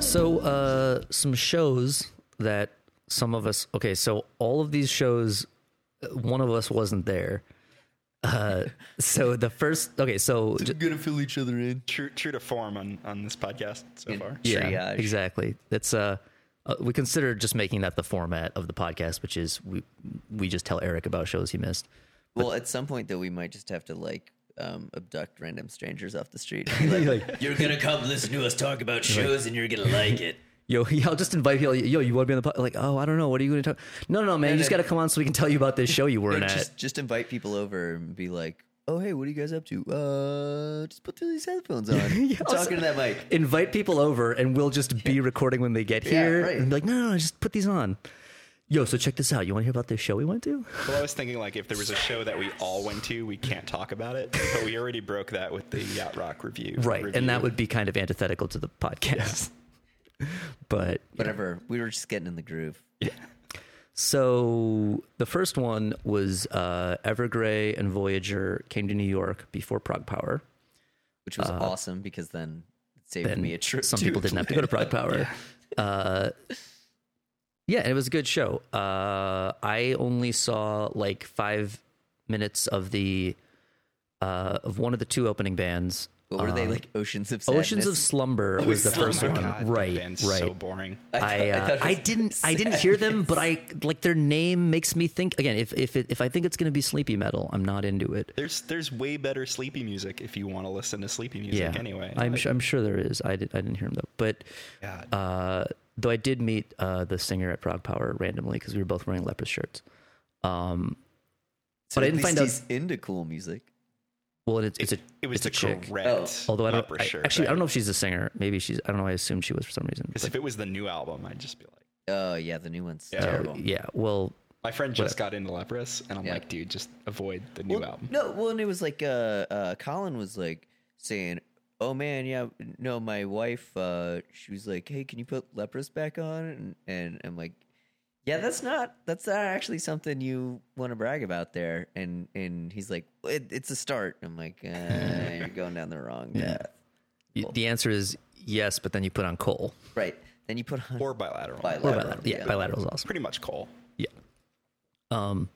So, uh, some shows that some of us. Okay, so all of these shows, uh, one of us wasn't there. Uh, so the first. Okay, so j- gonna fill each other in. True, true to form on, on this podcast so far. yeah, triage. exactly. That's uh, uh, we consider just making that the format of the podcast, which is we we just tell Eric about shows he missed. Well, at some point though, we might just have to like um, abduct random strangers off the street. and be like, you're gonna come listen to us talk about shows, and you're gonna like it. Yo, yeah, I'll just invite you. like, Yo, you want to be on the podcast? Like, oh, I don't know. What are you going to talk? No, no, no, man. you just no. got to come on so we can tell you about this show you were Or not at. just just invite people over and be like, oh hey, what are you guys up to? Uh, just put these headphones on. I'm talking to that mic. invite people over and we'll just be recording when they get Yeah, here right. and be like no, no no just put these on yo so check this out you want to hear about this show we went to Well, I was thinking like if there was a show that we all went to, we can't talk about it. But we already broke that with the Yacht Rock review. right review. and that would be kind of antithetical to the podcast but Whatever. We were just getting in the groove. so the first one was uh, evergrey and voyager came to new york before prague power which was awesome because then it saved Uh, then me a trip. some people didn't have to go to Prague Power. Yeah. Uh, yeah, it was a good show. Uh, I only saw like five minutes of the uh, of one of the two opening bands. What were they Um, like? Oceans of sadness? Oceans of Slumber was the first Oh my one, God, that right? Right. band's So boring. I I uh, thought it I, was didn't I didn't hear them, but I like their name makes me think again. If if it, if I think it's going to be sleepy metal, I'm not into it. There's there's way better sleepy music if you want to listen to sleepy music anyway. I'm sure, I'm sure there is. I did I didn't hear him though, but God. uh, though I did meet uh, the singer at Prague Power randomly because we were both wearing Lepus shirts. Um, So but I at didn't least find out- he's into cool music. well, and it's it's a it was it's a the chick. correct. Oh. Although I don't Opera I- shirt, actually I don't know if she's a singer. Maybe she's I don't know. I assumed she was for some reason. Because if it was the new album, I'd just be like, Oh yeah, the new one's Yeah. but- terrible. uh, yeah, well, my friend just got into Leprous, and I'm Yeah. like, dude, just avoid the new album. No, well, and it was like uh, uh, Colin was like saying, "Oh man, yeah, no, my wife, uh, she was like, hey, can you put leprous back on?" And, and I'm like, "Yeah, that's not that's not actually something you want to brag about there." And and he's like, it, "It's a start." And I'm like, uh, "You're going down the wrong path." y- the answer is yes, but then you put on coal. Right. Then you put on Or bilateral. Or bilateral. bilateral. Yeah, bilateral is awesome. Pretty much Cole. Yeah. Um,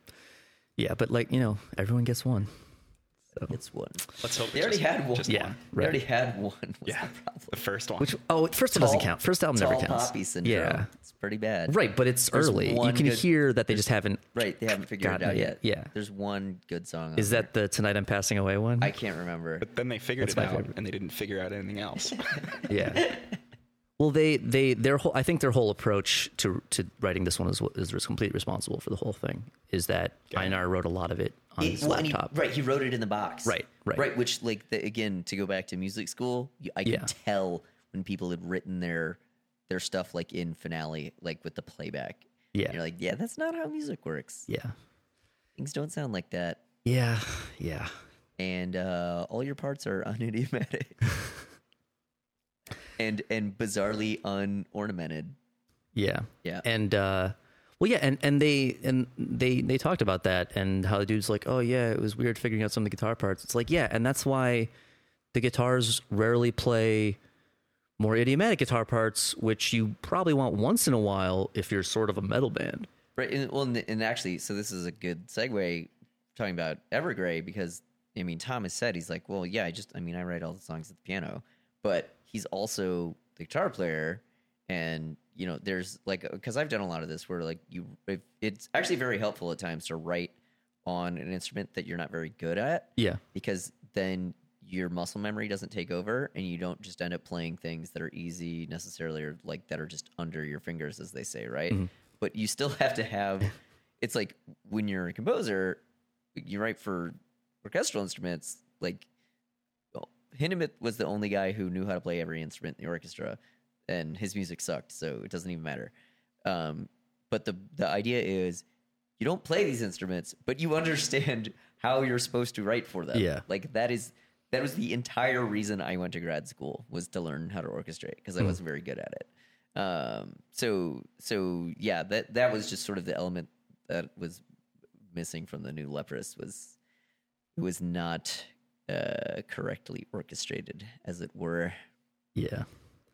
yeah, but like you know, everyone gets one. It's one. Let's hope They it's already just- had one. just Yeah, one. They already right. had one. Was Yeah. The problem. The first one. Which oh, first it doesn't Tall- count. First album never tall counts. poppy syndrome. Yeah, It's pretty bad. Right, but it's There's early. You one can good- hear that they just haven't. Right. They haven't figured it Gotten out it yet. yet, yeah. There's one good song. on Is that the "Tonight I'm Passing Away" one? there. I can't remember. but then they figured That's it my out, favorite. and they didn't figure out anything else. yeah. Well, they they their whole I think their whole approach to to writing this one is what is completely responsible for the whole thing. Is that Einar wrote a lot of it on It- his well, and he- laptop? right. He wrote it in the box. Right, right. Right. Which, like, the, again, to go back to music school, you- I could Yeah. tell when people had written their their stuff like in finale, like with the playback. And Yeah. you're like, yeah, that's not how music works. Yeah. Things don't sound like that. Yeah. Yeah. and uh, all your parts are unidiomatic and and bizarrely unornamented. Yeah. Yeah. And uh well yeah, and, and they and they they talked about that and how the dude's like, Oh yeah, it was weird figuring out some of the guitar parts. It's like, yeah, and that's why the guitars rarely play more idiomatic guitar parts, which you probably want once in a while if you're sort of a metal band. Right. And, well, and, and actually, so this is a good segue talking about Evergrey because I mean, Thomas said he's like, well, yeah, I just, I mean, I write all the songs at the piano, but he's also the guitar player, and you know, there's like, because I've done a lot of this where like you, if, it's actually very helpful at times to write on an instrument that you're not very good at. Yeah. because then your muscle memory doesn't take over and you don't just end up playing things that are easy necessarily or like that are just under your fingers as they say right but you still have to have it's like when you're a composer you write for orchestral instruments like well, hindemith was the only guy who knew how to play every instrument in the orchestra and his music sucked so it doesn't even matter um, but the the idea is you don't play these instruments, but you understand how you're supposed to write for them. Yeah. like that is that was the entire reason I went to grad school was to learn how to orchestrate because I wasn't very good at it. Um, so so yeah, that that was just sort of the element that was missing from the new Leprous was it was not uh, correctly orchestrated, as it were. Yeah.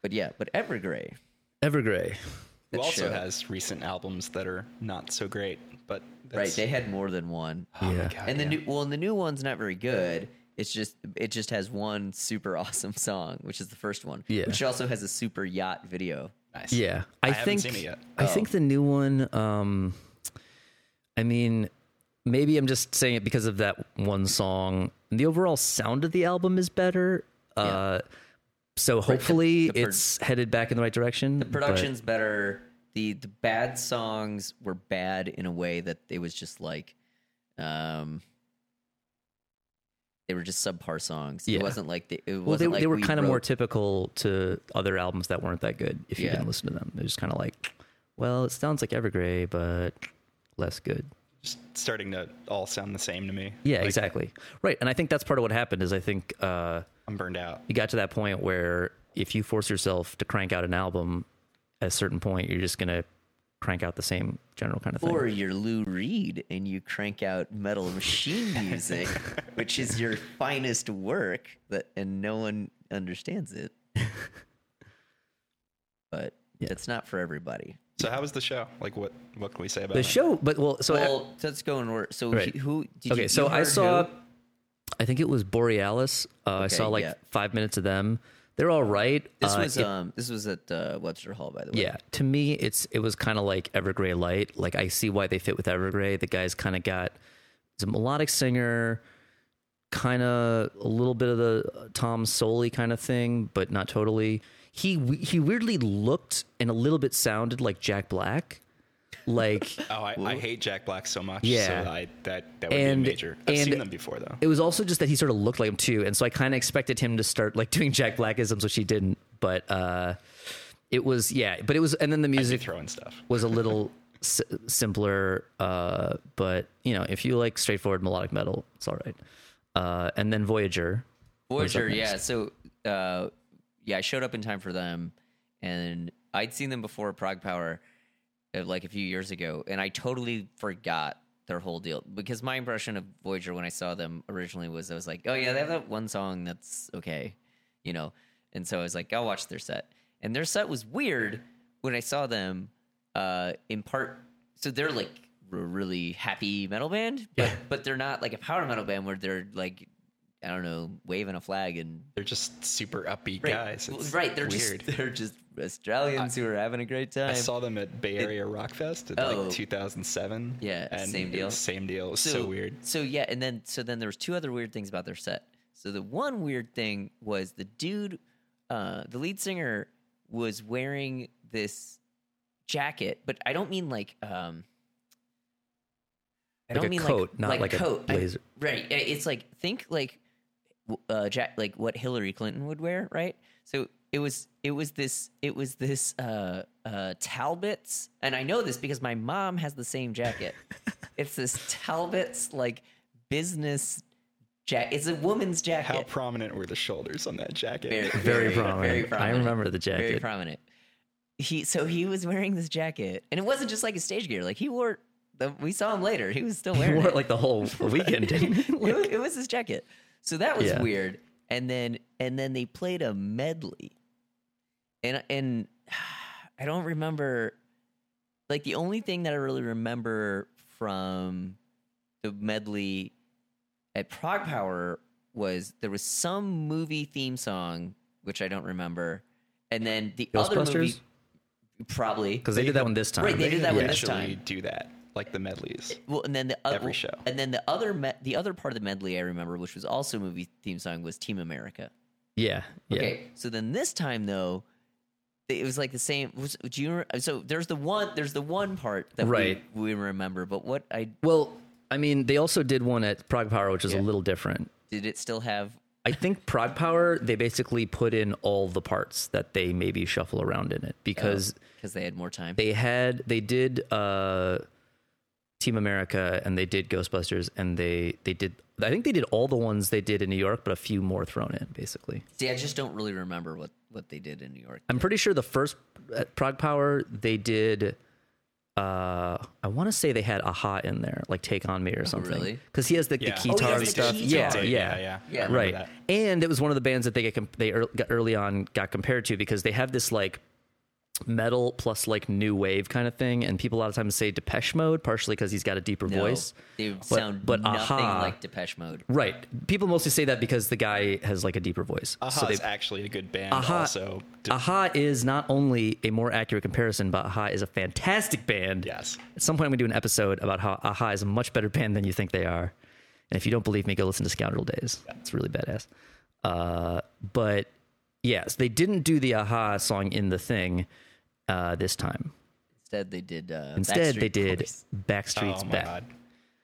But yeah, but Evergrey, Evergrey. who that also show. has recent albums that are not so great, but right? that's, They had more than one. oh my Yeah. God, and the yeah. new well, and the new one's not very good. It's just it just has one super awesome song, which is the first one. Yeah. Which also has a super yacht video. nice. Yeah, I, I haven't think seen it yet. I think the new one. Um, I mean, maybe I'm just saying it because of that one song. The overall sound of the album is better. Uh, so hopefully the pro- it's headed back in the right direction. The Production's better. The the bad songs were bad in a way that it was just like um they were just subpar songs. Yeah. It wasn't like the it well, they, wasn't like they were we kind of more wrote- typical to other albums that weren't that good. If you Yeah. didn't listen to them, they're just kind of like, well, it sounds like Evergrey, but less good. Just starting to all sound the same to me. Yeah, Like, exactly. Right, and I think that's part of what happened. Is I think. Uh, I'm burned out. you got to that point where if you force yourself to crank out an album at a certain point you're just going to crank out the same general kind of thing Or you're Lou Reed and you crank out metal machine music, which is your finest work, that and no one understands it. but it's not for everybody. So how was the show? Like what what can we say about the it? show but well so Well, let's go and work. So Right. who- who? Did okay you, so you i heard saw who? i think it was borealis uh, i Okay, saw like yeah. five minutes of them they're all right This Uh, was it- um this was at uh, Webster Hall by the way. yeah to me it's it was kind of like evergrey light like i see why they fit with evergrey the guy's kind of got he's a melodic singer kind of a little bit of the uh, Tom Soli kind of thing, but not totally. He he weirdly looked and a little bit sounded like Jack Black, like Oh, I, I hate Jack Black so much. Yeah. So I, that that would And- be a major. I've and- seen them before though. it was also just that he sort of looked like him too, and so I kind of expected him to start like doing Jack Blackisms, which he didn't. But uh, it was yeah, but it was, and then the They music throw in stuff. was a little s- simpler, uh, but you know, if you like straightforward melodic metal, it's all right. Uh, and then Voyager, Voyager, next? yeah. So, uh, yeah, I showed up in time for them, and I'd seen them before Prague Power, uh, like a few years ago, and I totally forgot their whole deal because my impression of Voyager when I saw them originally was I was like, oh yeah, they have that one song that's okay, you know, and so I was like, I'll watch their set, and their set was weird when I saw them, uh, in part. So they're like a really happy metal band, but but they're not like a power metal band where they're like I don't know, waving a flag and They're just super upbeat guys. Well, It's right, they're weird. just they're just Australians who are having a great time. I saw them at Bay Area Rock Fest in Oh. like 2007. Yeah, and same it deal. was Same deal. It was so, weird. So yeah, and then so then there was two other weird things about their set. So the one weird thing was the dude, uh, the lead singer was wearing this jacket, but I don't mean like um, Like I don't a mean coat, like, not like, like a coat. I- blazer. right? I- It's like think like w- uh, Jack, like what Hillary Clinton would wear, right? So it was it was this it was this uh, uh, Talbot's, and I know this because my mom has the same jacket. it's this Talbot's like business jacket. It's a woman's How jacket. prominent were the shoulders on that jacket? Very prominent. I remember the Very jacket. prominent. He so he was wearing this jacket, and it wasn't just like a stage gear. Like he wore. The, we saw him later. He was still he wearing wore it. it like the whole weekend. Didn't he? it, was, it was his jacket. So that was Yeah. weird. And then and then they played a medley. And and I don't remember like the only thing that I really remember from the medley at Prague Power was there was some movie theme song which I don't remember. And then the other movie Ghostbusters? probably Because they, did that one this time. Right, they did that one this actually time. do that, like the medleys. Well, and then the other Every show. and then the other me- the other part of the medley I remember, which was also a movie theme song, was Team America. Yeah, yeah. Okay, so then this time though, it was like the same. Was, do you? re- So there's the one there's the one part that we- Right. we, remember, but what I Well, I mean, they also did one at Prague Power, which is a little different. did it still have? I think Prague Power, they basically put in all the parts that they maybe shuffle around in it because Because they had more time. they had they did uh Team America and they did Ghostbusters and they they did I think they did all the ones they did in New York, but a few more thrown in basically. See, I just don't really remember what what they did in New York. I'm pretty sure the first at Prague Power they did. Uh, I want to say they had Aha in there, like Take on Me or something. really? Because he has the, the Oh, he guitar has the stuff. guitar. Yeah, Yeah, yeah, yeah. Yeah. I remember Right, that. and it was one of the bands that they get com- they ear- got early on got compared to because they have this like metal plus like new wave kind of thing. And people a lot of times say Depeche Mode, partially because he's got a deeper No, voice. They sound but nothing Aha- like Depeche Mode. Right. People mostly say that because the guy has like a deeper voice. Aha so they is actually a good band. Aha- also, D- Aha is not only a more accurate comparison, but Aha is a fantastic band. Yes. At some point, I'm going to do an episode about how Aha is a much better band than you think they are. And if you don't believe me, go listen to Scoundrel Days. It's really badass. Uh, but yes, they didn't do the Aha song in the thing uh, this time. Instead, they did. Uh, Instead, Backstreet they did Boys. Backstreet's oh my Back. god.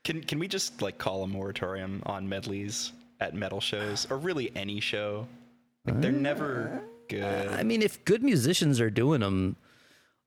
Can can we just like call a moratorium on medleys at metal shows or really any show? Like, they're never good. I mean, if good musicians are doing them,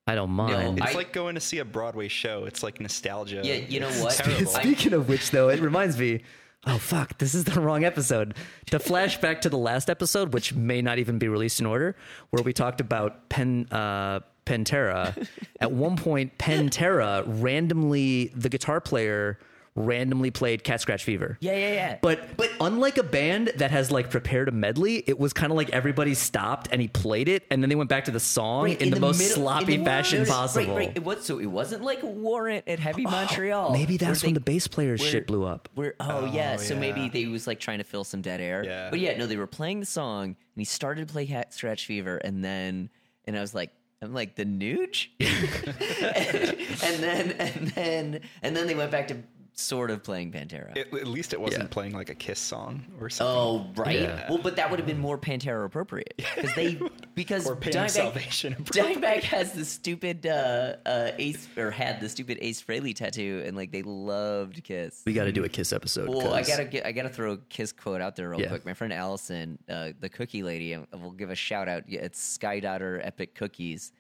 I don't mind. I- It's like going to see a Broadway show. It's like nostalgia. Yeah, you know It's what? Terrible. I- Speaking of which, though, it reminds me. Oh fuck! This is the wrong episode. To flash back to the last episode, which may not even be released in order, where we talked about Pen uh, Pantera. At one point, Pantera randomly the guitar player randomly played Cat Scratch Fever. Yeah, yeah, yeah. But but unlike a band that has like prepared a medley, it was kind of like everybody stopped and he played it, and then they went back to the song Right, in, the, most middle- sloppy in the- fashion right, possible. Oh, Right, right. It was, so it wasn't like Warrant at Heavy Montreal. Maybe where that's they- when the bass player's where- shit blew up. Where oh, yeah, so yeah. maybe they was like trying to fill some dead air. Yeah. But yeah, no, they were playing the song and he started to play Hat Scratch Fever and then and I was like I'm like the Nuge, and then and then and then they went back to sort of playing Pantera. At, at least it wasn't Yeah. playing like a Kiss song or something. Oh right. Yeah. Well, but that would have been more Pantera appropriate because they because Or Pain of Dimebag- Salvation appropriate. Dimebag has the stupid uh, uh, Ace or had the stupid Ace Frehley tattoo, and like they loved Kiss. We got to Mm-hmm. do a Kiss episode. Well, I 'cause- gotta get, I gotta throw a kiss quote out there real Yeah. quick. My friend Allison, uh, the cookie lady, and we'll give a shout out. Yeah, It's Sky Daughter Epic Cookies.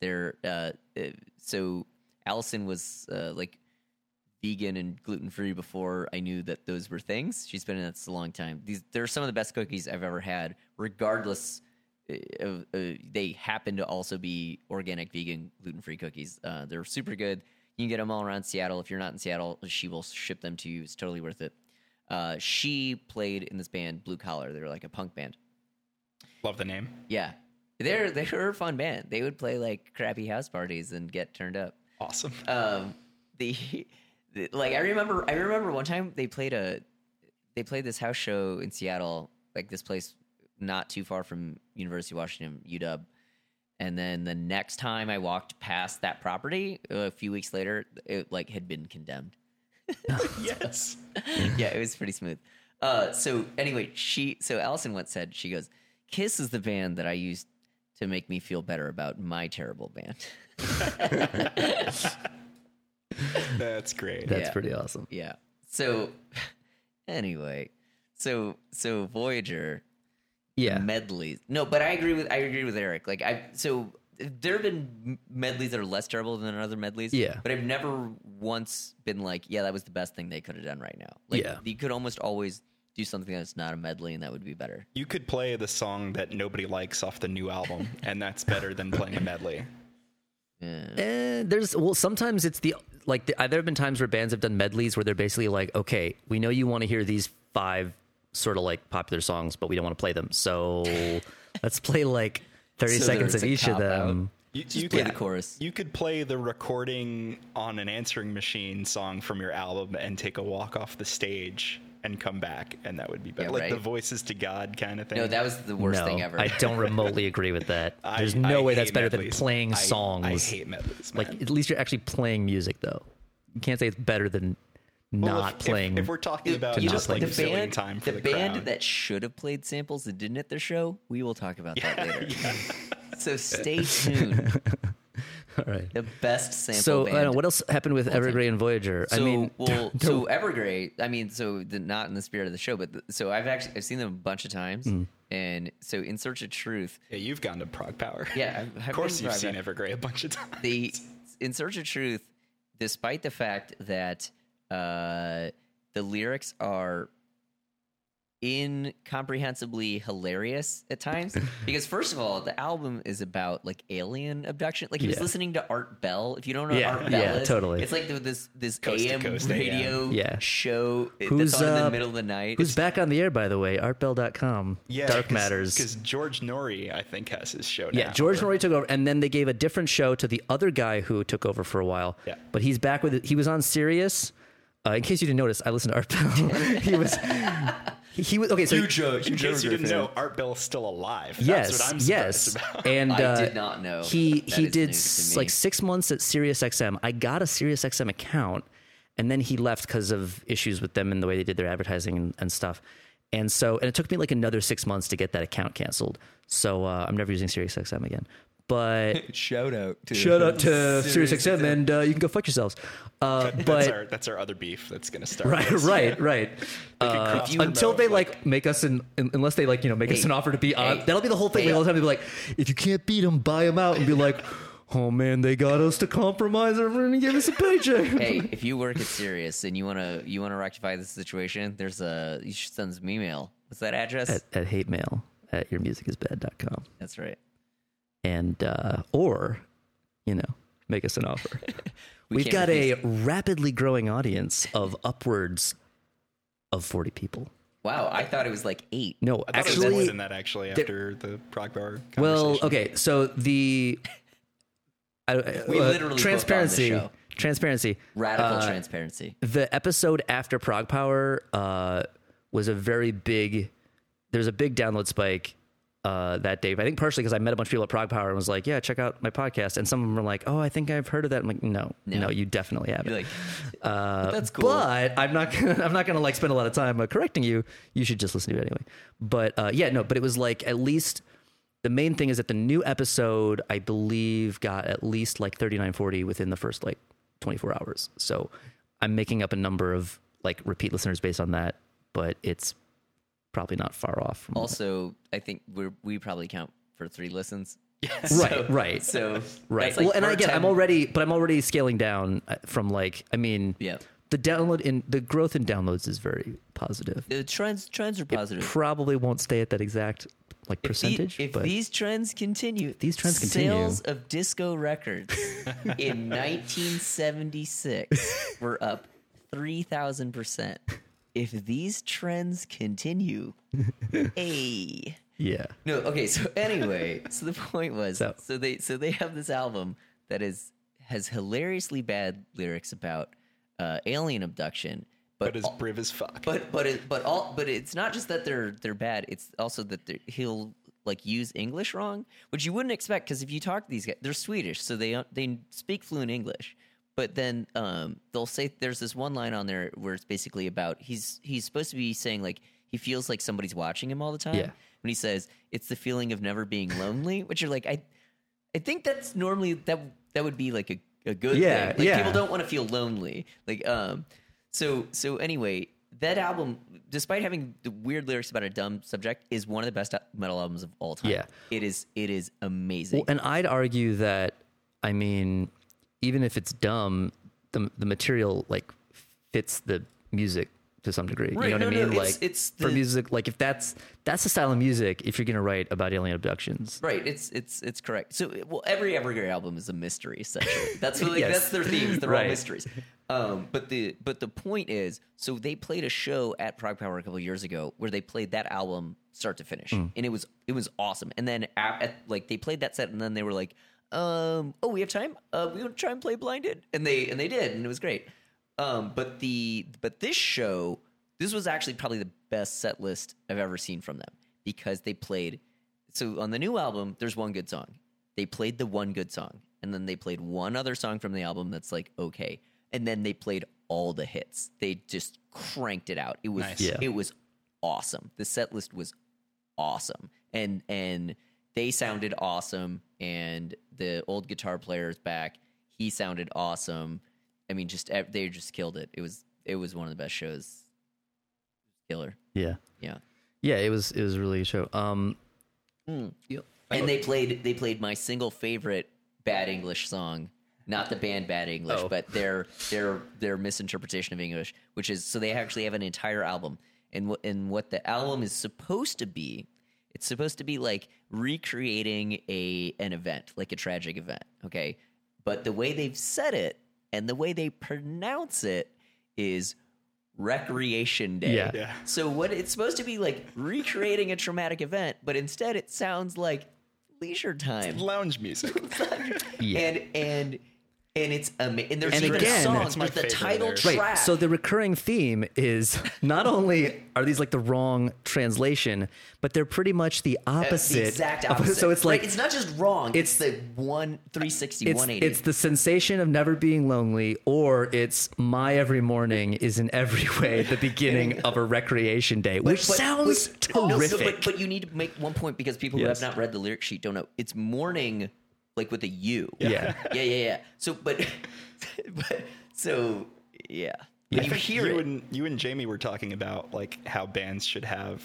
They're uh, uh, so Allison was uh, like vegan and gluten free before I knew that those were things. She's been in this a long time. These they're some of the best cookies I've ever had, regardless. uh, Of, uh, they happen to also be organic, vegan, gluten free cookies. Uh, they're super good. You can get them all around Seattle. If you're not in Seattle, she will ship them to you. It's totally worth it. Uh, she played in this band, Blue Collar. They're like a punk band. Love the name. Yeah, they're they were a fun band. They would play like crappy house parties and get turned up Awesome. um the, the- like i remember i remember one time they played a they played this house show in seattle like this place not too far from university of washington uw and then the next time i walked past that property uh, a few weeks later it like had been condemned yes. yeah, it was pretty smooth. Uh, so anyway, she so Allison once said she goes, "Kiss is the band that I used to make me feel better about my terrible band." That's great. That's Yeah. pretty awesome. yeah. So anyway, so so Voyager Yeah. Mm-hmm. medleys. No, but I agree with I agree with Eric. Like I so there have been m- medleys that are less terrible than other medleys. Yeah. but I've never once been like, yeah, that was the best thing they could have done right now. Like, Yeah. you could almost always do something that's not a medley and that would be better. You could play the song that nobody likes off the new album, and that's better than playing a medley. Eh, there's well, sometimes it's the like the, there have been times where bands have done medleys where they're basically like, okay, we know you want to hear these five sort of like popular songs, but we don't want to play them, so let's play like thirty So seconds there's of a each of cop-out. them. You, Just play the chorus. You could play the recording on an answering machine song from your album and take a walk off the stage and come back, and that would be better. Yeah, like the right. voices to God kind of thing. No, that was the worst no, thing ever. I don't remotely agree with that. I- There's no I way that's hate better medleys. than playing I- songs. I hate medleys. like man. at least you're actually playing music though. You can't say it's better than Well, not if- if- playing. If, we're talking about not just play like the filling time for the, band crowd, that should have played samples and didn't at their show. We will talk about that later. So stay tuned. All right. The best sample So I band. don't know, what else happened with Evergrey and Voyager? So I mean, well, so Evergrey. I mean, so the, not in the spirit of the show, but the, so I've actually I've seen them a bunch of times, Hmm. and so in search of truth, yeah, you've gone to Prague Power. Yeah, I've- I've of course been you've to seen Prague Evergrey a bunch of times. the in search of truth despite the fact that uh the lyrics are incomprehensibly hilarious at times because first of all the album is about like alien abduction like he was Yeah. listening to art bell if you don't know Yeah, art bell yeah, is, totally. it's like the, this this Coast to am coast radio AM. Yeah. show Who's, that's on in uh, the middle of the night Who's It's- back on the air, by the way? Artbell.com. Dark Matters. Because George Nori, I think, has his show now. yeah, George where- Norrie took over, and then they gave a different show to the other guy who took over for a while. Yeah. But he's back with it. He was on Sirius. Uh, in case you didn't notice, I listened to Art Bell. he was. He, he was okay. So Huge, uh, In huge case Evergreen you didn't fan. know, Art Bell's still alive. yes, That's what I'm yes, surprised about. and I uh, did not know. he That he is did news to s- me. like six months at SiriusXM. I got a SiriusXM account, and then he left because of issues with them and the way they did their advertising and, and stuff. And so, and it took me like another six months to get that account canceled. So uh, I'm never using SiriusXM again. But Shout out to shout out to SiriusXM, and uh, you can go fuck yourselves. Uh, that's, but our, that's our other beef that's going to start. right, this. right, right. Uh, cross until promote, they like, make us an un- unless they like you know make us Hey, an offer to be on. hey, That'll be the whole thing. hey. Like, all the time they'll be like, if you can't beat them, buy them out, and be like, oh man, they got us to compromise. Everyone give us a paycheck. hey, if you work at Sirius and you wanna you wanna rectify this situation, there's a you should send some email. What's that address? At, at hate mail at yourmusicisbad.com. That's right. and uh, or you know make us an offer We we've can't got a rapidly growing audience of upwards of 40 people Wow, I thought it was like eight. no I thought it was more actually than that, actually, after the Prague Bar well conversation. okay so the I, We uh, literally booked on this transparency show. transparency Radical Uh, transparency. the episode after Prague Power uh, was a very big. There's a big download spike uh, that day. But I think partially because I met a bunch of people at Prague Power and was like, "Yeah, check out my podcast." And some of them were like, "Oh, I think I've heard of that." I'm like, "No, no, you definitely haven't." You're like, that's cool. But I'm not. Gonna, I'm not going to like spend a lot of time uh, correcting you. You should just listen to it anyway. But uh, yeah, no. But it was like at least the main thing is that the new episode, I believe, got at least like 3940 within the first like 24 hours. So I'm making up a number of like repeat listeners based on that, but it's probably not far off. From also, I think we we probably count for three listens. right, right, So right. that's like well, and our again, I'm 10 already, but I'm already scaling down uh, from like, I mean, Yeah. the download in the growth in downloads is very positive. the trends trends are positive. probably won't stay at that exact like The- percentage. if but these trends continue, these trends continue. Sales of disco records in 1976 were up 3,000 percent. If these trends continue, a yeah, no. Okay, so anyway, so the point was, so, So- they so they have this album that is has hilariously bad lyrics about uh, alien abduction, but But as brave as fuck. but but it but all but it's not just that they're they're bad. It's also that they're- he'll like use English wrong, which you wouldn't expect because if you talk to these guys, they're Swedish, so they don't- they speak fluent English. But then um, they'll say there's this one line on there where it's basically about he's he's supposed to be saying like he feels like somebody's watching him all the time Yeah. when he says it's the feeling of never being lonely, which you're like I I think that's normally that that would be like a, a good Yeah, thing. Like yeah. people don't want to feel lonely. Like um so so anyway, that album, despite having the weird lyrics about a dumb subject, is one of the best metal albums of all time. Yeah. It is it is amazing. and I'd argue that I mean, even if it's dumb, the the material like fits the music to some degree. Right, you know what no, I no, mean? like it's- it's for the- music, like if that's that's the style of music, if you're gonna write about alien abductions, Right, it's it's it's correct. So, well, every Evergreen album is a mystery. Essentially, that's what, like, Yes. that's their themes. They're all Right. mysteries. Um, but the but the point is, so they played a show at Prague Power a couple years ago where they played that album start to finish, Mm. and it was it was awesome. And then at, at, like they played that set, and then they were like, um, "Oh, we have time. Uh, we want to try and play Blinded," and they and they did, and it was great. Um, but the but this show, this was actually probably the best set list I've ever seen from them because they played so on the new album, there's one good song. They played the one good song, and then they played one other song from the album that's like okay, and then they played all the hits. They just cranked it out. It was Nice. Yeah. it was awesome. The set list was awesome, and and they sounded awesome. And the old guitar player is back. He sounded awesome. I mean, just ev- they just killed it. It was it was one of the best shows. Killer, yeah, yeah. yeah, it was it was really a good show. Um, Oh. and they played they played my single favorite bad English song, not the band Bad English, Oh. but their their their misinterpretation of English, which is so they actually have an entire album, and what and what the album is supposed to be. It's supposed to be like recreating a an event, like a tragic event. Okay, but the way they've said it and the way they pronounce it is recreation day. Yeah. Yeah. So what it's supposed to be like recreating a traumatic event, but instead it sounds like leisure time. Lounge music. Yeah. And and and it's amazing. And there's And even again- That's songs my with the favorite title lyric. Right. track. So the recurring theme is not only are these like the wrong translation, but they're pretty much the Uh, opposite. the exact of- opposite. So it's like Right, it's not just wrong. It's, it's- the one 360, it's, 180. it's the sensation of never being lonely, or it's my every morning is in every way the beginning of a recreation day, which But- sounds but- no, so- terrific. but, but you need to make one point because people Yes. who have not read the lyric sheet don't know. It's morning, like with a U. yeah. yeah, yeah, yeah. So, but, but, so, yeah. When you hear you it, and you and Jamie were talking about like how bands should have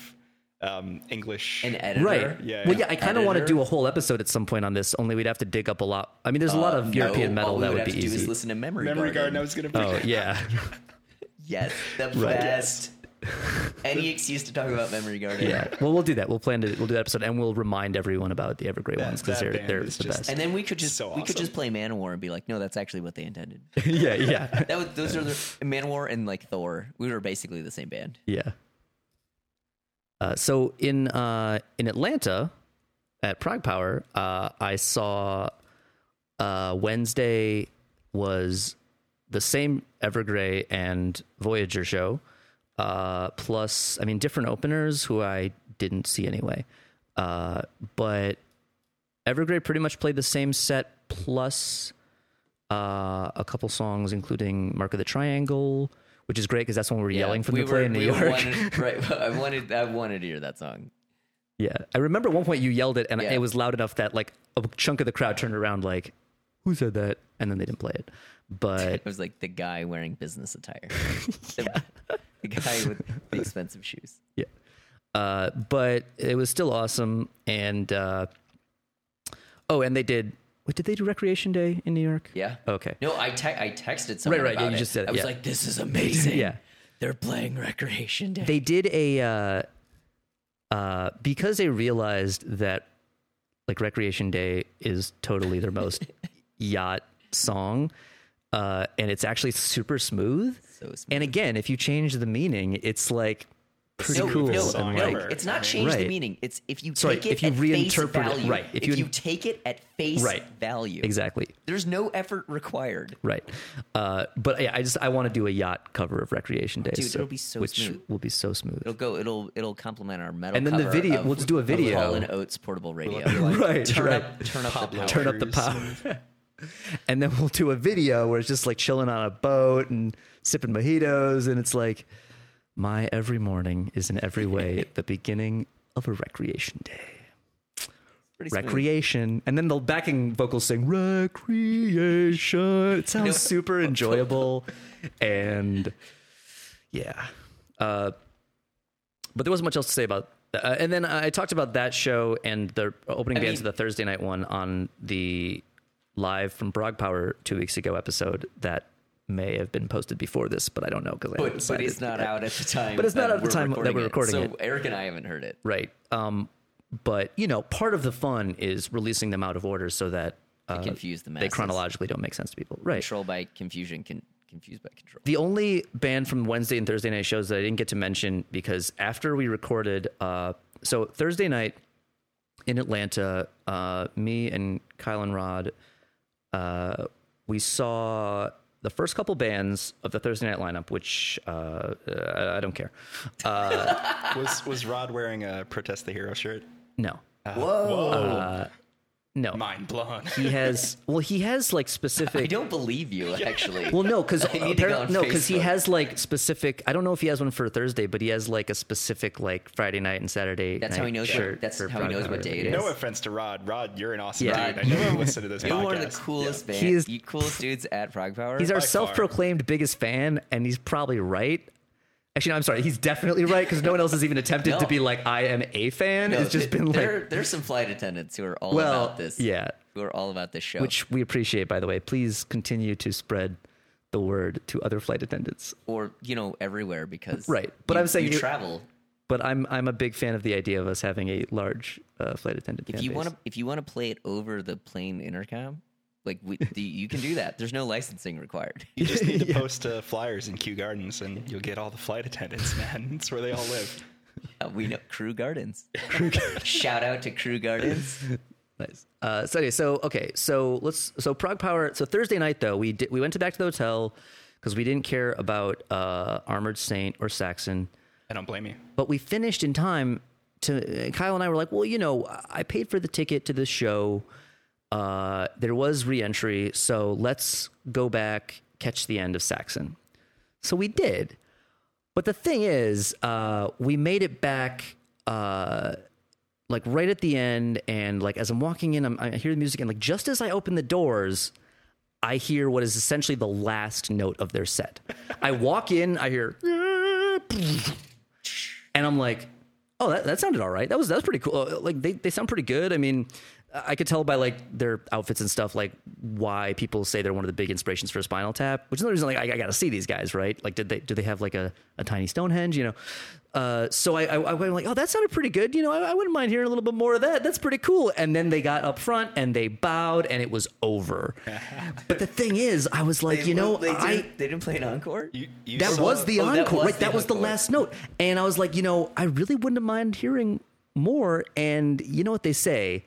um, English. an editor. Right. Yeah, well, yeah, yeah. I kind of want to Editor. do a whole episode at some point on this. Only we'd have to dig up a lot. I mean, there's a lot of Uh, No, European metal all that we would have be to do is easy. listen to Memory, Memory Garden. Garden. I was gonna. Bring Oh yeah. Yes, the best. Any excuse to talk about Memory Garden. Yeah. Well, we'll do that. We'll plan to. We'll do that episode, and we'll remind everyone about the Evergrey ones because that they're band they're is the just- best. And then we could just So we could awesome. just play Manowar and be like, no, that's actually what they intended. yeah. Yeah. That was those are the Manowar and like Thor. We were basically the same band. Yeah. Uh, so in uh, in Atlanta at Prague Power, uh, I saw uh, Wednesday was the same Evergrey and Voyager show, uh, plus I mean different openers who I didn't see anyway, uh, but Evergrey pretty much played the same set plus uh, a couple songs, including "Mark of the Triangle," which is great because that's when we were yelling from we the play in New we York. Wanted, right, I wanted I wanted to hear that song. yeah, I remember at one point you yelled it, and Yeah. it was loud enough that like a chunk of the crowd turned around, like, "Who said that?" And then they didn't play it. But It was like the guy wearing business attire, the, the guy with the expensive shoes. yeah, uh, but it was still awesome. And uh, oh, and they did. Wait, did they do Recreation Day in New York? Yeah. Okay. No, I te- I texted someone. right, yeah, about you it. just said it, I was yeah. like, this is amazing. Yeah. They're playing Recreation Day. they did a uh, uh, because they realized that like recreation day is totally their most yacht song uh, and it's actually super smooth so smooth. and again if you change the meaning it's like pretty no, cool No, and song like, no, ever. it's not change the Right. meaning. It's if you Sorry, take it if you at reinterpret it, face value. right, If, if you, you- take it at face Right. value, exactly There's no effort required. right uh, but yeah, i just i want to do a yacht cover of recreation day Dude, so- it'll be so which smooth. will be so smooth It'll go. It'll it'll complement our metal. And then the cover video- of- we'll just do a of video. Hall and Oates portable radio. Right, Turn right. up. Turn up Pablo. the power. turn up the Cruise. power. and then we'll do a video where it's just like chilling on a boat and sipping mojitos. And it's like, my every morning is in every way the beginning of a recreation day. Pretty smooth. Recreation. And then the backing vocals sing recreation. It sounds No. super enjoyable. and yeah. Uh, but there wasn't much else to say about uh, and then I talked about that show and the opening I bands mean- of the Thursday night one on the live from Brog Power two weeks ago episode that may have been posted before this, but I don't know because I haven't But, but decided it's to do not that. out at the time. But it's not that out at the time that we're recording So Eric and I haven't heard it. right. Um, but you know, part of the fun is releasing them out of order so that uh, confuse the they masses. chronologically don't make sense to people. Right. Control by confusion. Con, confused by control. The only band from Wednesday and Thursday night shows that I didn't get to mention because after we recorded, uh, so Thursday night in Atlanta, uh, me and Kyle and Rod, uh, we saw the first couple bands of the Thursday night lineup, which uh, uh, I don't care. was was Rod wearing a protest the hero shirt? No, Uh, Whoa! Uh, no. Mind blown. he has well, he has like specific. I don't believe you. Actually. Well, no, because I need to go on no, because he Facebook. has like specific. I don't know if he has one for Thursday, but he has like a specific like Friday night and Saturday. That's how he night knows what- Shirt that's for how he Prog knows Power. what day it is. no offense to Rod. Rod, you're an awesome Yeah. dude. I know you listen to this You're podcast. one of the coolest Yeah. fans. He is- you coolest dudes at Prague Power. He's our far. self-proclaimed biggest fan, and he's probably right. Actually, no, I'm sorry. He's definitely right because no one else has even attempted No. to be like, "I am a fan." No, it's just th- been there, like, there's some flight attendants who are all well, about this. yeah, who are all about this show. which we appreciate, by the way. Please continue to spread the word to other flight attendants. or you know everywhere because Right, but you- I'm saying you you- travel. But I'm I'm a big fan of the idea of us having a large uh, flight attendant. If you want to, if you want to play it over the plane intercom, like we, do, you can do that. There's no licensing required. You just need to post uh, flyers in Kew Gardens, and you'll get all the flight attendants, man. That's where they all live. Uh, we know Crew Gardens. Shout out to Crew Gardens. Nice. Uh, so anyway, so okay, so let's so Prague Power. So Thursday night though, we did we went to back to the hotel because we didn't care about uh, Armored Saint or Saxon, I don't blame you. but we finished in time. To Kyle and I were like, well, you know, I paid for the ticket to this show. Uh, there was reentry, so let's go back catch the end of Saxon. So we did. But the thing is, uh, we made it back uh, like right at the end, and like as I'm walking in, I'm, I hear the music, and like just as I open the doors, I hear what is essentially the last note of their set. I walk in, I hear, and I'm like, oh, that, that sounded all right. That was that was pretty cool. Uh, Like they they sound pretty good. I mean. I could tell by like their outfits and stuff, like why people say they're one of the big inspirations for Spinal Tap, which is the reason like I, I got to see these guys, right? Like, did they do they have like a, a tiny Stonehenge, you know? Uh, so I, I I went like, oh, that sounded pretty good, you know. I, I wouldn't mind hearing a little bit more of that. That's pretty cool. And then they got up front and they bowed, and it was over. but the thing is, I was like, you know, they didn't, I they didn't play an encore. You, you that saw- was the Oh, that encore. was right, the that was the encore. last note. And I was like, you know, I really wouldn't mind hearing more. And you know what they say?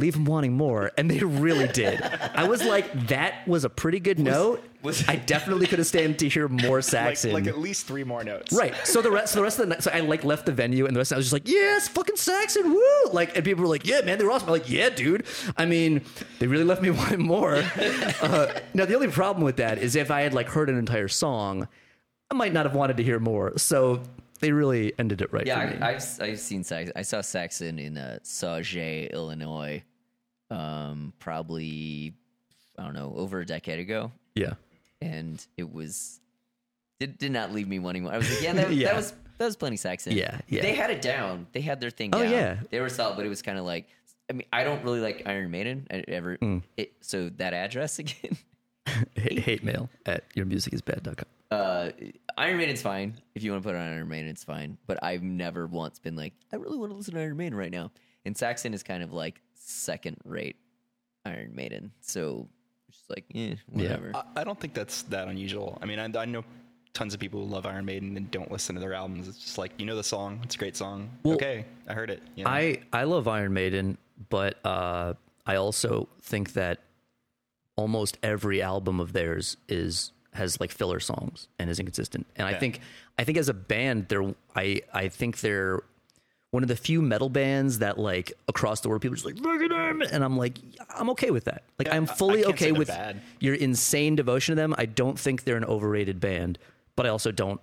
Leave them wanting more, and they really did. I was like, that was a pretty good note. was- I definitely could have stand to hear more like, Saxon. like at least three more notes. Right. So the rest, so the rest of the night, so I like left the venue, and the rest I was just like, "Yes, fucking Saxon, woo!" Like, and people were like, "Yeah, man, they were awesome." I'm like, "Yeah, dude." I mean, they really left me wanting more. Uh, now, the only problem with that is if I had like heard an entire song, I might not have wanted to hear more. So they really ended it right Yeah, for me. I, I've I've seen Saxon. I saw Saxon in uh, Sauget, Illinois, um, probably I don't know over a decade ago, yeah, and it was it did not leave me wanting more. I was like, yeah, that, Yeah. that was that was plenty Saxon. Yeah, yeah. They had it down. They had their thing. Oh, down. yeah. they were solid, but it was kind of like I mean, I don't really like Iron Maiden. I ever Mm. it, so that address again. hate, hate mail at yourmusicisbad.com. uh, Iron Maiden's fine. If you want to put on Iron Maiden, it's fine. But I've never once been like, I really want to listen to Iron Maiden right now. And Saxon is kind of like second rate Iron Maiden. So it's just like, eh, whatever. I, I don't think that's that unusual. I mean, I, I know tons of people who love Iron Maiden and don't listen to their albums. It's just like you know the song. It's a great song. okay, I heard it. you know? I I love Iron Maiden, but uh, I also think that almost every album of theirs is has like filler songs and is inconsistent. And I think I think as a band, they're I I think they're one of the few metal bands that like across the world people are just like "Look at them," and I'm like I'm okay with that. Like I'm I- I fully can't say okay they're with bad. your insane devotion to them. I don't think they're an overrated band, but I also don't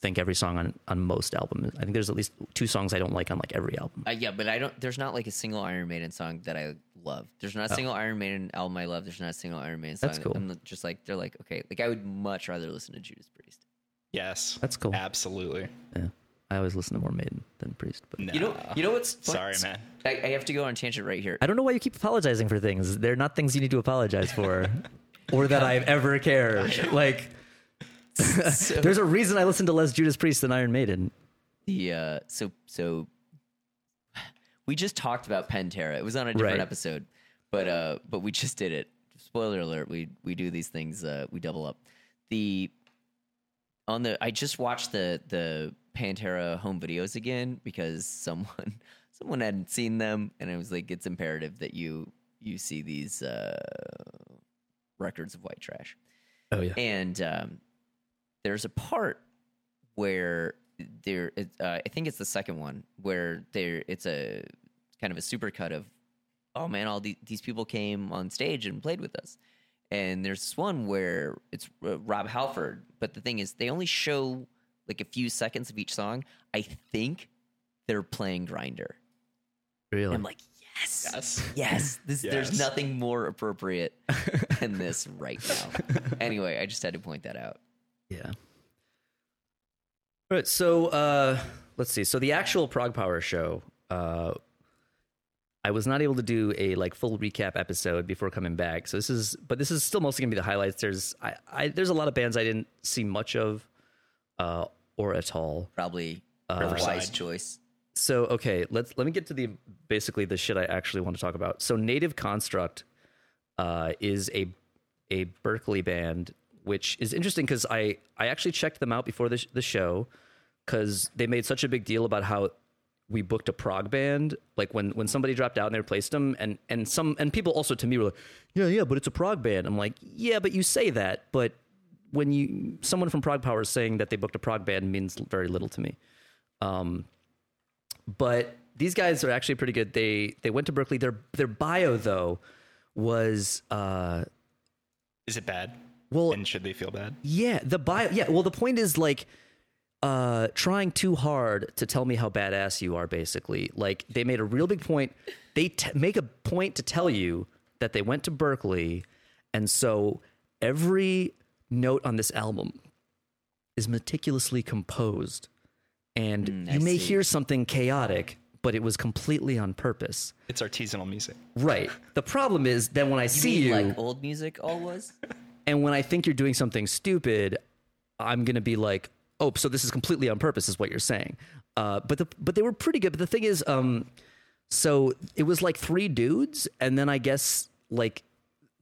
think every song on on most albums. I think there's at least two songs I don't like on like every album. Uh, yeah, but I don't. There's not like a single Iron Maiden song that I love. There's not a single Iron Maiden album I love. There's not a single Iron Maiden song. Oh. That's cool. I'm just like they're like okay. Like I would much rather listen to Judas Priest. yes, That's cool. Absolutely. Yeah. I always listen to more Maiden than Priest. But No. You know. You know what's fun- Sorry, man. I, I have to go on a tangent right here. I don't know why you keep apologizing for things. They're not things you need to apologize for or that I ever care. Like, So- there's a reason I listen to less Judas Priest than Iron Maiden. the uh so so we just talked about Pantera. It was on a different Right. episode. But uh but we just did it. Spoiler alert, we we do these things uh we double up. The on the I just watched the the Pantera home videos again because someone someone hadn't seen them and I was like it's imperative that you you see these uh records of white trash. Oh, yeah. And um, there's a part where there, it- uh, I think it's the second one where there, it's a kind of a supercut of, oh man, all the, these people came on stage and played with us. And there's this one where it's uh, Rob Halford, but the thing is, they only show like a few seconds of each song. I think they're playing Grinder. Really? I'm like, yes, Yes. yes. This, There's Yes. nothing more appropriate than this right now. anyway, I just had to point that out. yeah. All right. So, uh, let's see. So, the actual Prague Power show, uh, I was not able to do a like full recap episode before coming back. So this is, but this is still mostly gonna be the highlights. There's, I, I there's a lot of bands I didn't see much of, uh, or at all. Probably a wise Riverside. choice. So okay, let's let me get to the basically the shit I actually want to talk about. So Native Construct uh, is a a Berkeley band, which is interesting because I I actually checked them out before the the show because they made such a big deal about how we booked a prog band like when when somebody dropped out and they replaced them and and some and people also to me were like yeah yeah but it's a prog band i'm like yeah but you say that but when you someone from prog power is saying that they booked a prog band means very little to me but these guys are actually pretty good. They they went to Berkeley. Their their bio though was uh Is it bad? Well- and should they feel bad? yeah, the bio yeah, well the point is like uh trying too hard to tell me how badass you are basically. Like they made a real big point. They t- make a point to tell you that they went to Berkeley and so every note on this album is meticulously composed and you may hear something chaotic but it was completely on purpose. It's artisanal music. Right. The problem is then when I see you Like old music all was. and when I think you're doing something stupid, I'm gonna be like, oh, so this is completely on purpose, is what you're saying. Uh, but the but they were pretty good. But the thing is, um, so it was like three dudes, and then I guess like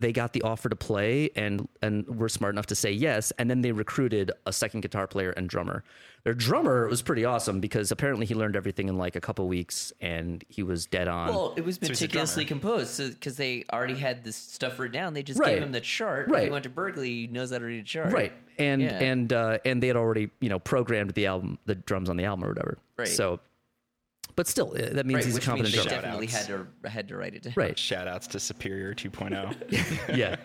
they got the offer to play and and were smart enough to say yes and then they recruited a second guitar player and drummer their drummer was pretty awesome because apparently he learned everything in like a couple weeks and he was dead on Well, it was he's a meticulously composed because they already had this stuff written down. They just Right. gave him the chart. When Right. he went to Berkeley, he knows how to read a chart. right and Yeah. and uh and they had already you know programmed the album the drums on the album or whatever Right. so but still uh, that means Right, he's a which means competent they drummer definitely had Shout-outs. to had to write it down. right Shout outs to Superior oh. 2.0. yeah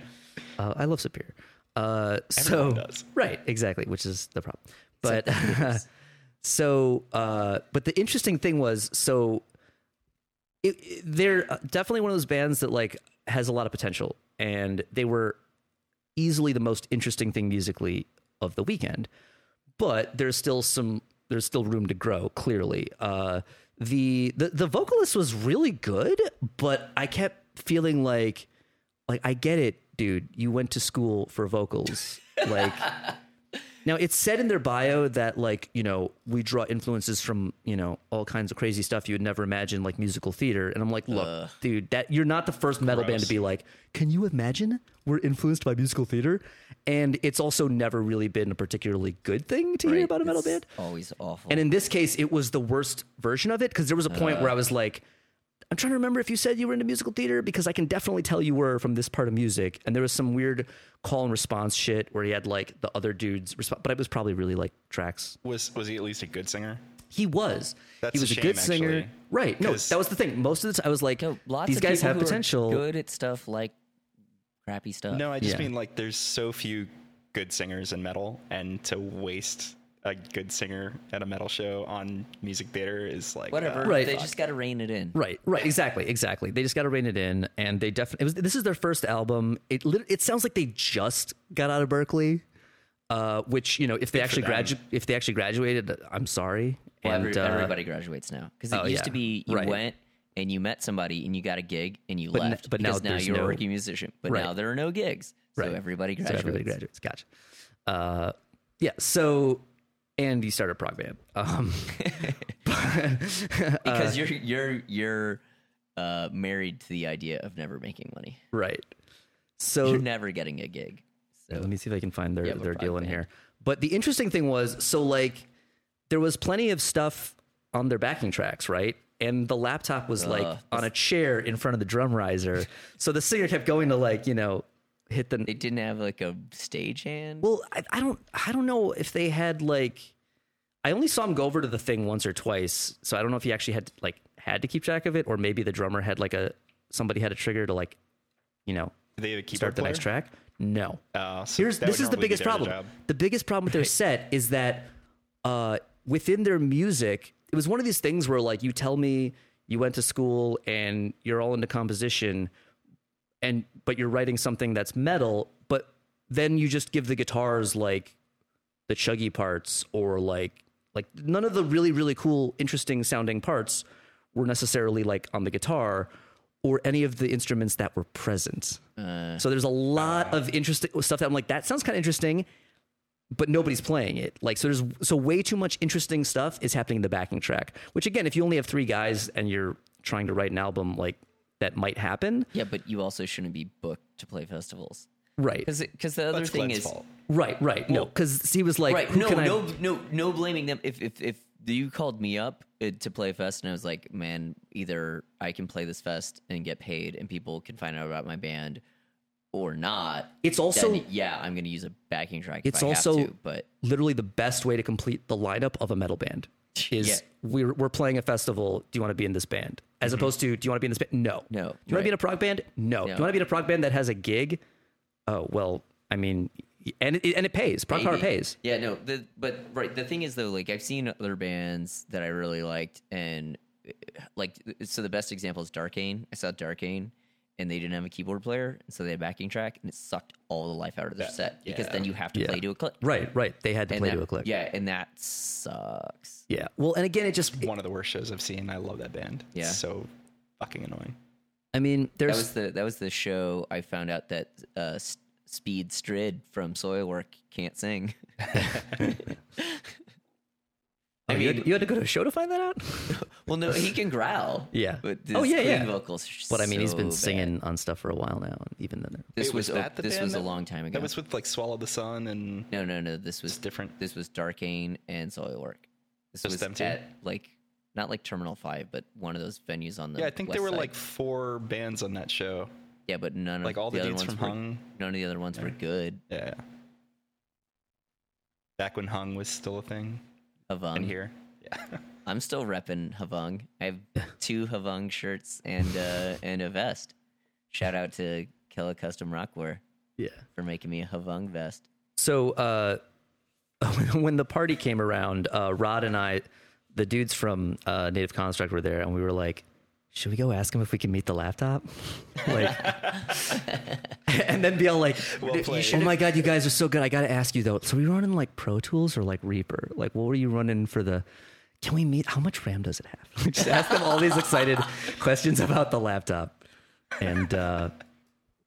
uh, i love superior uh so Everyone does. right exactly which is the problem but so uh but the interesting thing was so it, it- they're uh, definitely one of those bands that like has a lot of potential and they were easily the most interesting thing musically of the weekend but there's still some there's still room to grow clearly uh the the, the vocalist was really good but i kept feeling like like i get it dude you went to school for vocals like now it's said in their bio that like you know we draw influences from you know all kinds of crazy stuff you would never imagine like musical theater and i'm like look dude that you're not the first metal band to Gross. be like can you imagine we're influenced by musical theater and it's also never really been a particularly good thing to hear about a metal It's band Always awful. and in this case it was the worst version of it because there was a point where i was like i'm trying to remember if you said you were into musical theater because i can definitely tell you were from this part of music and there was some weird call and response shit where he had like the other dudes resp- but it was probably really like tracks was was he at least a good singer? he was That's he was a a, shame, good singer actually, right no 'cause- that was the thing most of the time i was like No, lots these of guys people have who are potential Good at stuff like crappy stuff. No, I just Yeah. mean like there's so few good singers in metal, and to waste a good singer at a metal show on music theater is like whatever. uh, Right. They just got to rein it in. Right, right, exactly, exactly. They just got to rein it in, and they definitely. This is their first album. It lit- it sounds like they just got out of Berkeley, uh, which you know, if they actually them. gradu- if they actually graduated, I'm sorry, Well, every- and uh, everybody graduates now because it oh, used yeah. to be you Right. went and you met somebody and you got a gig and you n- left. but now because now there's you're no- a rookie musician. But Right. now there are no gigs, so Right. everybody so graduates. everybody graduates. Gotcha. Uh, yeah. So, and you started a prog band. Um, because Uh, you're you're you're uh, married to the idea of never making money. right. So You're never getting a gig. Uh, Let me see if I can find their, we'll their find deal in that. here. But the interesting thing was so, like, there was plenty of stuff on their backing tracks, right? And the laptop was like on a chair in front of the drum riser. so the singer kept going to, like, you know, hit the. They didn't have like a stage hand. Well, I, I don't, I don't know if they had like. I only saw him go over to the thing once or twice, so I don't know if he actually had like had to keep track of it, or maybe the drummer had like a somebody had a trigger to like, you know, Do they have a keyboard start the player? next track. No, Uh, so Here's that this would is the normally be biggest their problem. job. The biggest problem with their set is that uh, within their music, it was one of these things where like you tell me you went to school and you're all into composition, and but you're writing something that's metal, but then you just give the guitars like the chuggy parts or like like none of the really really cool interesting sounding parts were necessarily like on the guitar or any of the instruments that were present. so there's a lot of interesting stuff that I'm like, that sounds kind of interesting, but nobody's playing it. Like, so there's so way too much interesting stuff is happening in the backing track. Which again, if you only have three guys and you're trying to write an album, like that might happen, Yeah, but you also shouldn't be booked to play festivals. right? Because the other That's thing Glenn's is, fault. Right, right. no, because he was like, right? who No, can I- no, no, no blaming them. If if if you called me up uh, to play a fest and I was like, man, either I can play this fest and get paid, and people can find out about my band, or not. It's also then, yeah, I'm going to use a backing track. It's if I also- have to, but literally the best way to complete the lineup of a metal band is Yeah. we're, we're playing a festival. Do you want to be in this band? As opposed to, do you want to be in this band? No. Mm-hmm. No, Do you want to right. be in a prog band? No. Do you want to be in a prog band that has a gig? Oh, well, I mean, and it, and it pays. Prog power Maybe. pays. Yeah, no, the, but right, the thing is though, like I've seen other bands that I really liked, and uh, like so the best example is Darkane. I saw Darkane, and they didn't have a keyboard player, and so they had a backing track, and it sucked all the life out of their set because yeah. then you have to Yeah. play to a click. Right, right. They had to And play that- to a click. Yeah, and that sucks. Yeah. Well, and again, it just, One of the worst shows I've seen. I love that band. It's Yeah. so fucking annoying. I mean, That there's, was the that was the show I found out that uh, S- Speed Strid from Soilwork can't sing. I mean, you, had, you had to go to a show to find that out? Well, no, he can growl. Yeah. But Oh, his yeah, clean yeah. Vocals. are But I mean, he's so been bad. singing on stuff for a while now, and even then. This Wait, was, was that oh, the this band was a that- long time ago. That was with like Swallow the Sun and no, no, no. This was different. This was Darkane and Soilwork. This Just was them two? at like not like Terminal Five, but one of those venues on the Yeah, I think west there were side. like four bands on that show. yeah, but none of like all the the, other dudes ones from were, Hung. none of the other ones were good. Yeah. Back when Hung was still a thing in Havung, here. Yeah. I'm still repping Havung. I have two Havung shirts and uh, and a vest. Shout out to Kella Custom Rockwear Yeah. for making me a Havung vest. So uh, when the party came around, uh, Rod and I, the dudes from uh, Native Construct were there, and we were like, "Should we go ask him if we can meet the laptop?" like, and then be all like, Well played. "Oh my god, you guys are so good! I got to ask you though. So, were you running like Pro Tools or like Reaper? Like, what were you running for the?" Can we meet? How much RAM does it have? We just ask them all these excited questions about the laptop, and uh,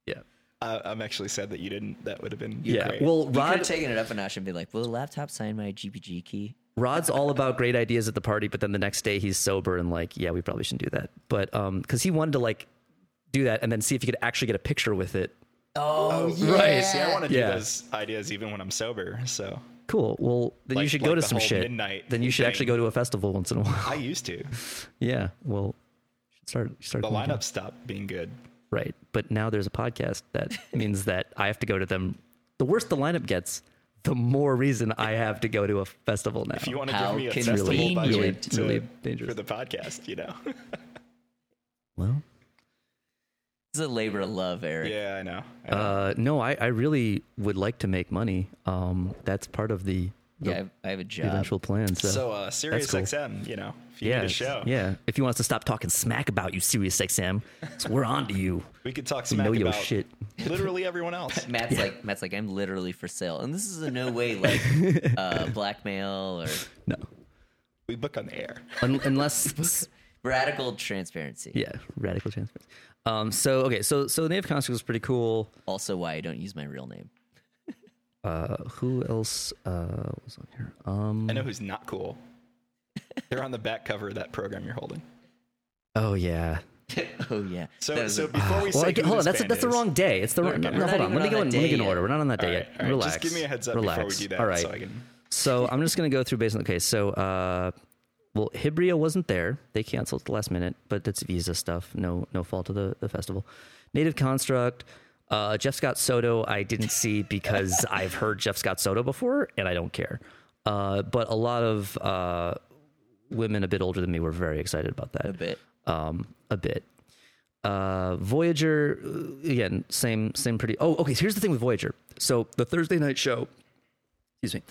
yeah, I, I'm actually sad that you didn't. That would have been yeah. great. Well, You could Rod have taken it up a notch and be like, "Will the laptop sign my GPG key?" Rod's all about great ideas at the party, but then the next day he's sober and like, yeah, we probably shouldn't do that. But um, because he wanted to like do that and then see if he could actually get a picture with it. Oh, right. See, I want to Yeah. do those ideas even when I'm sober. So Cool. Well, then you Like- should like go to the some whole shit. midnight then you should thing. actually go to a festival once in a while. I used to. yeah. Well, should start start The going down. lineup stopped being good. right. But now there's a podcast that means that I have to go to them. The worse the lineup gets, the more reason I have to go to a festival now. If you want to How give me a convenient. festival budget to, Really- really dangerous. for the podcast, you know. well, It's a labor of love, Eric. yeah, I know. I know. uh, no, I, I really would like to make money. Um, that's part of the, the Yeah, I, have, I have a job. eventual plan. So, so uh, Sirius cool. XM, you know, if you yeah, need a show, yeah. If you want us to stop talking smack about you, Sirius XM, so we're on to you. we could talk smack know your about shit. literally everyone else. Matt's like, Matt's like, I'm literally for sale, and this is in no way like uh, blackmail or No, we book on the air. Un- unless radical transparency. yeah, radical transparency. Um, so okay, so so Native Construct was pretty cool. Also, why I don't use my real name. Uh, who else uh, was on here? Um, I know who's not cool. They're on the back cover of that program you're holding. oh yeah. oh yeah. So, That was so a- before we say Well, who again, hold on, this that's band that's the is- wrong day. It's the wrong. No, not- we're hold not on, let me even go on in. that Let me day get in yet. order. We're not on that day All right, yet. all right. Relax. Just give me a heads up Relax. before we do that, All right. so I can. So I'm just going to go through basically. Okay, so uh, well, Hibria wasn't there; they canceled at the last minute, but that's visa stuff. No, no fault of the, the festival. Native Construct, uh, Jeff Scott Soto. I didn't see because I've heard Jeff Scott Soto before, and I don't care. Uh, but a lot of uh, women a bit older than me were very excited about that. a bit. Um, a bit. Uh, Voyager uh, again, same same pretty. Oh, okay. so here's the thing with Voyager. So the Thursday night show, excuse me,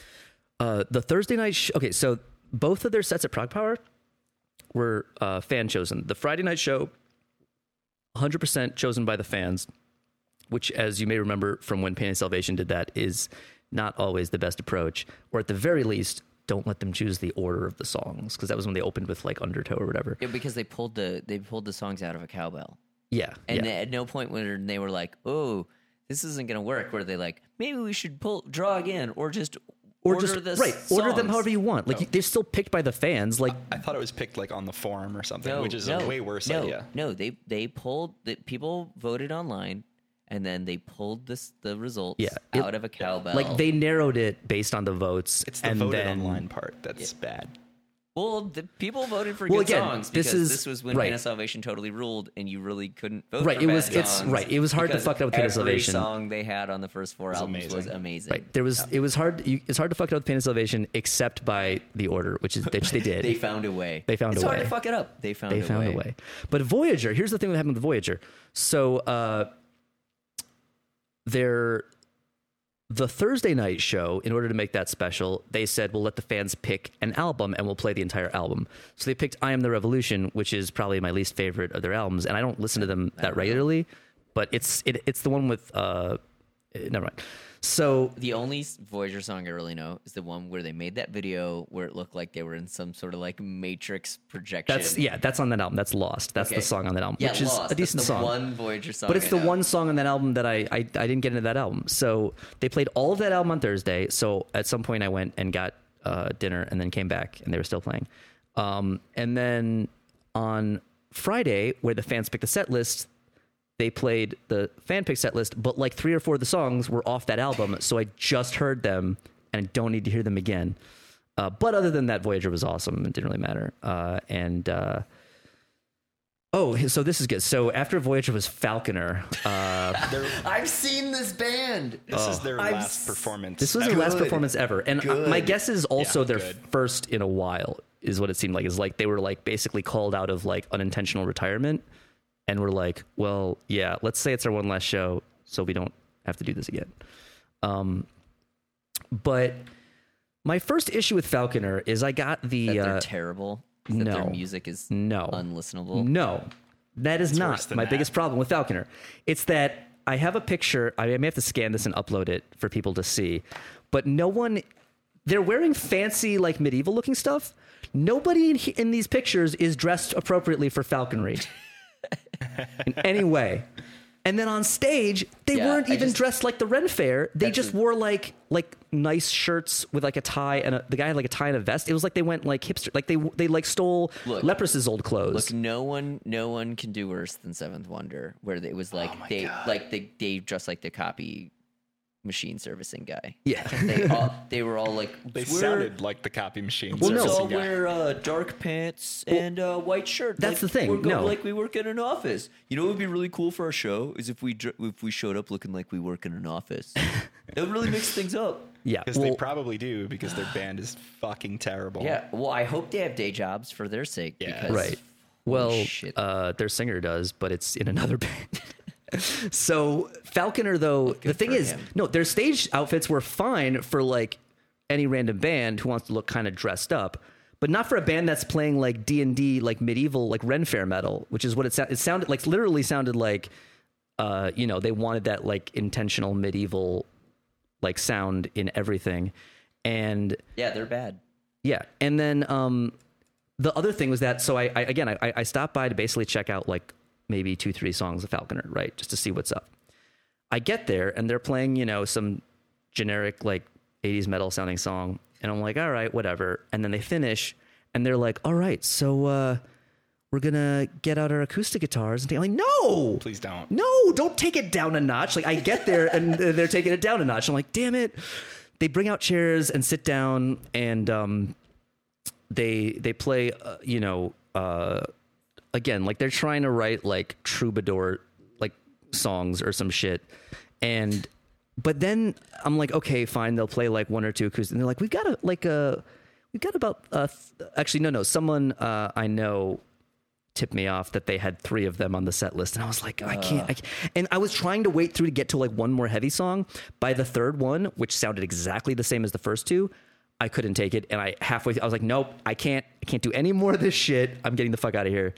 uh, the Thursday night. Sh- okay, so both of their sets at Prague Power were uh, fan chosen. The Friday night show, 100 percent chosen by the fans, which, as you may remember from when Pain and Salvation did that, is not always the best approach. Or at the very least, don't let them choose the order of the songs because that was when they opened with like Undertow or whatever. Yeah, because they pulled the they pulled the songs out of a cowbell. Yeah. And yeah. at no point when they were like, "Oh, this isn't going to work," were they like, "Maybe we should pull draw again, or just or order just the right, order them songs." Oh. however you want. Like they're still picked by the fans. Like I thought it was picked like on the forum or something, which is a way worse no, idea. No, they they pulled the people voted online, and then they pulled this the results Yeah, it- out of a cowbell. like they narrowed it based on the votes. It's the and voted then, online part that's bad. well, the people voted for Well, good again, songs this because is- this was when right. Hannah Salvation totally ruled, and you really couldn't vote. Right, for it bad was- it's- songs right, it was hard to because fuck up with Hannah every Salvation. song they had on the first four albums was amazing. amazing. Right. There was it was hard. You, it's hard to fuck it up with Pain and Salvation except by the order, which is which they did. They found a way. They found it's a hard way. to fuck it up. They found they a found way. a way. But Voyager, here's the thing that happened with Voyager. So uh they're the Thursday night show, in order to make that special, they said we'll let the fans pick an album and we'll play the entire album. So they picked I Am the Revolution, which is probably my least favorite of their albums, and I don't listen to them that regularly, but it's it, it's the one with uh eh, never mind. So The only s- Voyager song I really know is the one where they made that video where it looked like they were in some sort of like Matrix projection. that's yeah, that's on that album. That's Lost. That's the Okay. song on that album, Yeah, which is Lost. a decent That's the song. One Voyager song, But it's I the know. one song on that album that I, I I didn't get into that album. So they played all of that album on Thursday. So at some point I went and got uh, dinner and then came back and they were still playing. Um, and then on Friday, where the fans picked the set list, they played the fan pick set list, but like three or four of the songs were off that album. So I just heard them and I don't need to hear them again. Uh, but other than that, Voyager was awesome. It didn't really matter. Uh, and uh, oh, so this is good. So after Voyager was Falconer. I've seen this band. This is their I've last s- performance. This was their ever. last performance ever, and uh, my Good. guess is also Yeah, their good. first in a while. Is what it seemed like. Is like they were like basically called out of like unintentional retirement, and were like, well, yeah, let's say it's our one last show, so we don't have to do this again. Um, but my first issue with Falconer is I got the That they're uh, terrible. That no. their music is no unlistenable. no, that is worse not than my that. biggest problem with Falconer. It's that I have a picture. I may have to scan this and upload it for people to see, but no one. They're wearing fancy, like medieval looking stuff. Nobody in, he- in these pictures is dressed appropriately for falconry in any way. And then on stage, they Yeah, weren't I even just- dressed like the Ren Fair. They That's just a- wore like like nice shirts with like a tie and a, the guy had like a tie and a vest. It was like they went like hipster, like they they like stole Look. Leprous' old clothes. Look, no one, no one can do worse than Seventh Wonder, where it Oh was like they, like they, they dressed like the copy machine servicing guy. Yeah. they all, they were all like, They "We're- sounded like the copy machine. Well, no. We all servicing guy. wear uh, dark pants and uh, white shirt. that's like the thing, We're go- no. like we work in an office. You know, what would be really cool for our show is if we dr- if we showed up looking like we work in an office. that really mix things up. Yeah. Because they probably do, because their band is fucking terrible. Yeah. Well, I hope they have day jobs for their sake. Yeah. Because right. Well, shit. uh, their singer does, but it's in another band. so Falconer, though, the thing for is, him. no, their stage outfits were fine for like any random band who wants to look kind of dressed up, but not for a band that's playing like D and D, like medieval, like Ren Fair metal, which is what it, sou- it sounded like. Literally sounded like, uh, you know, they wanted that like intentional medieval, like sound in everything, and. yeah, they're bad. Yeah, and then um, the other thing was that so I, I again I, I stopped by to basically check out like maybe two three songs of Falconer, right, just to see what's up. I get there and they're playing you know some generic like '80s metal sounding song, and I'm like, all right, whatever. And then they finish, and they're like, all right, so uh, we're gonna get out our acoustic guitars and take. I'm like, no, Please don't. no, don't take it down a notch. Like I get there and they're taking it down a notch. I'm like, damn it. They bring out chairs and sit down and um, they they play. Uh, you know, uh, again, like they're trying to write like troubadour like songs or some shit. And but then I'm like, okay, fine. They'll play like one or two acoustic. And they're like, we've got a like a we've got about uh, th- actually no no someone uh, I know tipped me off that they had three of them on the set list, and I was like, I can't. I can't. And I was trying to wait through to get to like one more heavy song. By the third one, which sounded exactly the same as the first two, I couldn't take it, and I halfway I was like, nope, I can't. I can't do any more of this shit. I'm getting the fuck out of here.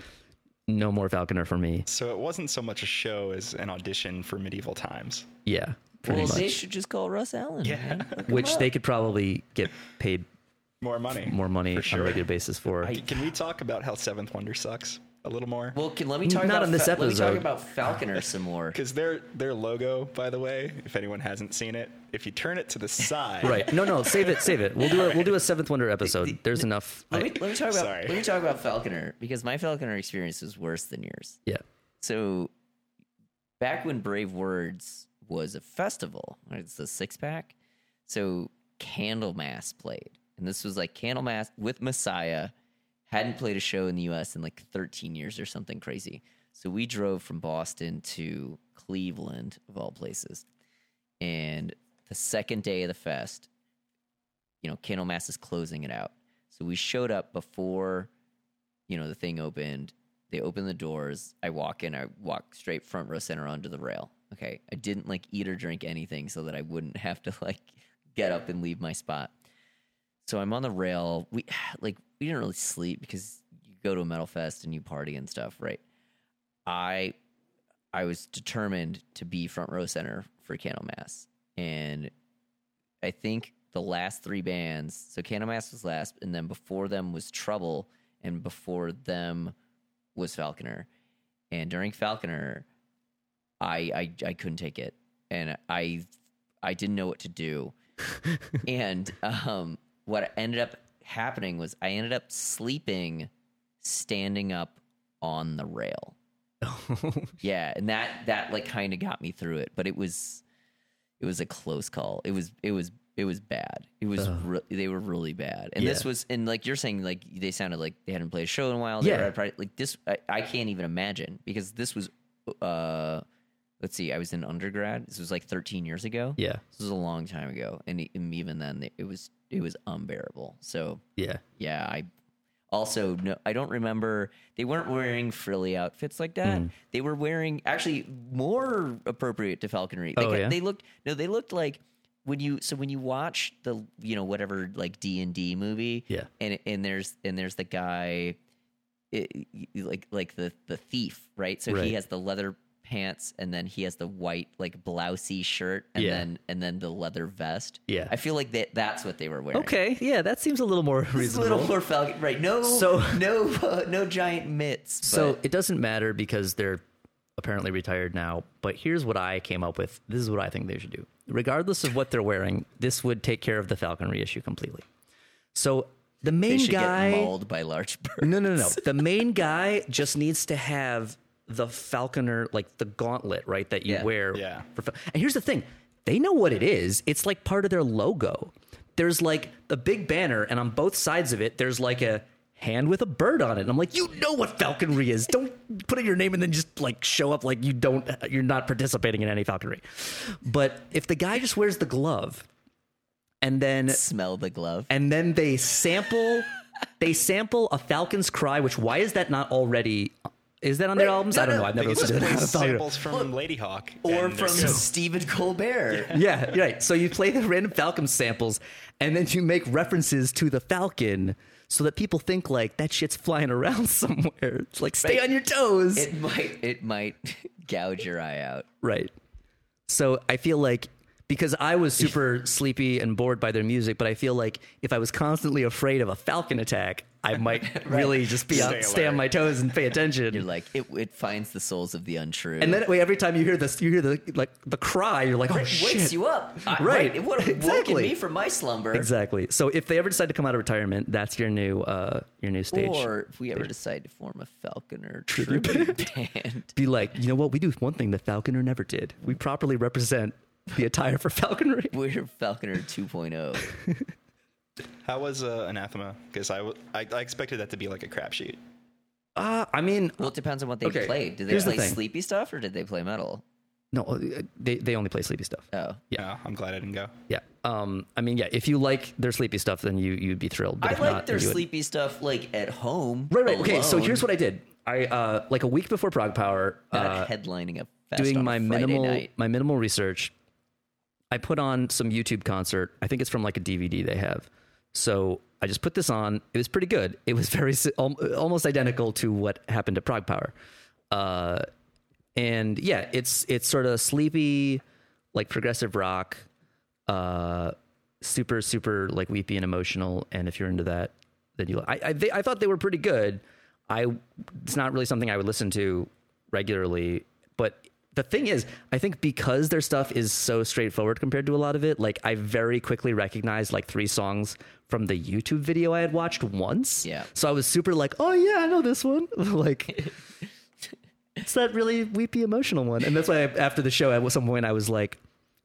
No more Falconer for me. So it wasn't so much a show as an audition for medieval times. Yeah, pretty Well, they much. should just call Russ Allen. Yeah. Which they could probably get paid More money. more money on For a sure. regular basis for. Can we talk about how Seventh Wonder sucks? a little more. Well, can, let me talk Not about on this Fal- Let me episode. talk about Falconer some more. Because their their logo, by the way, if anyone hasn't seen it, if you turn it to the side, Right. No, no, save it, save it. We'll do a we'll do a seventh wonder episode. There's enough. Let I- me, let me talk about Sorry. let me talk about Falconer because my Falconer experience was worse than yours. yeah. So back when Brave Words was a festival, right, it's the six pack. So Candlemass played, and this was like Candlemass with Messiah. Hadn't played a show in the U.S. in like 13 years or something crazy. So we drove from Boston to Cleveland, of all places. And the second day of the fest, you know, Candlemass is closing it out. So we showed up before you know, the thing opened. They opened the doors. I walk in. I walk straight front row center onto the rail. Okay. I didn't like eat or drink anything so that I wouldn't have to like get up and leave my spot. So I'm on the rail. We like we didn't really sleep because you go to a metal fest and you party and stuff, right? I I was determined to be front row center for Candlemass, and I think the last three bands. So Candlemass was last, and then before them was Trouble, and before them was Falconer. And during Falconer, I I, I couldn't take it, and I I didn't know what to do. and um, what ended up happening was I ended up sleeping, standing up on the rail. Yeah, and that that like kind of got me through it, but it was it was a close call. It was it was it was bad. It was re- they were really bad. And this Uh-huh. Yeah. was and like you're saying like they sounded like they hadn't played a show in a while. They Yeah. were at a party- like this I, I can't even imagine because this was uh let's see, I was in undergrad. This was like 13 years ago. Yeah. This was a long time ago and e- and even then it was it was unbearable. So Yeah. yeah, I also no, I don't remember they weren't wearing frilly outfits like that. Hmm. They were wearing actually more appropriate to falconry. They, Oh, ca- yeah? they looked no, they looked like when you so when you watch the you know whatever like D and D movie, Yeah. and and there's and there's the guy, it, like like the the thief, right? So Right. he has the leather pants and then he has the white like blousey shirt and Yeah. then and then the leather vest. Yeah. I feel like that that's what they were wearing. Okay. Yeah, that seems a little more It's a reasonable. little more falcon, right? No, So- no, uh, no giant mitts. But So it doesn't matter because they're apparently retired now. But here's what I came up with. This is what I think they should do. Regardless of what they're wearing, this would take care of the falconry issue completely. So the they main should guy. get mauled by large birds. No, no, no. The main guy just needs to have the falconer, like the gauntlet, right? That you Yeah. wear. Yeah. For, fal- and here's the thing: they know what it is. It's like part of their logo. There's like a big banner, and on both sides of it, there's like a hand with a bird on it. And I'm like, you know what falconry is? Don't put in your name and then just like show up like you don't. You're not participating in any falconry. But if the guy just wears the glove, and then Smell the glove. and then they sample they sample a falcon's cry which why is that not already is that on their albums i don't know i've They never can just listened to play that Falconer. samples from Lady Hawk or and they're from Stephen Colbert. yeah you're right so you play the random falcon samples and then you make references to the falcon so that people think like that shit's flying around somewhere it's like stay on your toes It might, it might gouge your eye out. Right. So I feel like because I was super sleepy and bored by their music, but I feel like if I was constantly afraid of a falcon attack, I might really just be Stay on, stay alert. on my toes and pay attention. You're like it, it finds the souls of the untrue. and then wait, every time you hear this, you hear the like the cry, you're like, oh shit. wakes you up. I- Right. It would have Exactly. woken me from my slumber. Exactly. So if they ever decide to come out of retirement, that's your new uh your new stage. Or if we ever decide to form a Falconer tribute band, be like, you know what? We do one thing that Falconer never did. We properly represent the attire for falconry. we're Falconer oh. 2.0. How was uh, Anathema? Because I, w- I I expected that to be like a crapshoot. Uh, I mean, Well, it depends on what they Okay, played. Did they here's the play thing. sleepy stuff or did they play metal? no, uh, they they only play sleepy stuff. Oh, Yeah. No, I'm glad I didn't go. Yeah. Um. I mean, yeah. If you like their sleepy stuff, then you you'd be thrilled. But I if like not, their then you would- sleepy stuff like at home. Right. Right. Okay. So alone, here's what I did. I uh like a week before Prague Power, not uh, headlining a fest doing on a my Friday minimal night. my minimal research. I put on some YouTube concert. I think it's from like a DVD they have. So I just put this on. It was pretty good. It was very si- al- almost identical to what happened at Prague Power. Uh, and yeah, it's it's sort of sleepy, like progressive rock, uh, super super like weepy and emotional. And if you're into that, then you. I I, they, I thought they were pretty good. I it's not really something I would listen to regularly. But the thing is, I think because their stuff is so straightforward compared to a lot of it, like I very quickly recognized like three songs from the YouTube video I had watched once. Yeah. So I was super like, oh yeah, I know this one. like it's that really weepy emotional one. And that's why I, after the show at some point I was like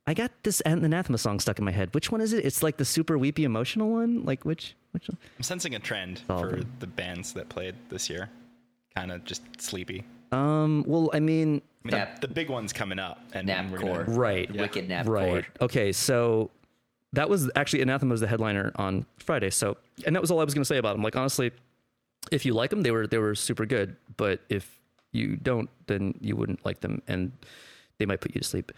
I got this anathema song stuck in my head. Which one is it? It's like the super weepy emotional one. Like which which one? I'm sensing a trend Solid. for the bands that played this year. Kind of just sleepy. Um well, I mean, I mean, Nap- the, the big one's coming up, and we're Napcore. gonna- right. Wicked Napcore. Right. Okay. So that was actually Anathema was the headliner on Friday. So, and that was all I was going to say about them. Like honestly, if you like them, they were they were super good. But if you don't, then you wouldn't like them, and they might put you to sleep.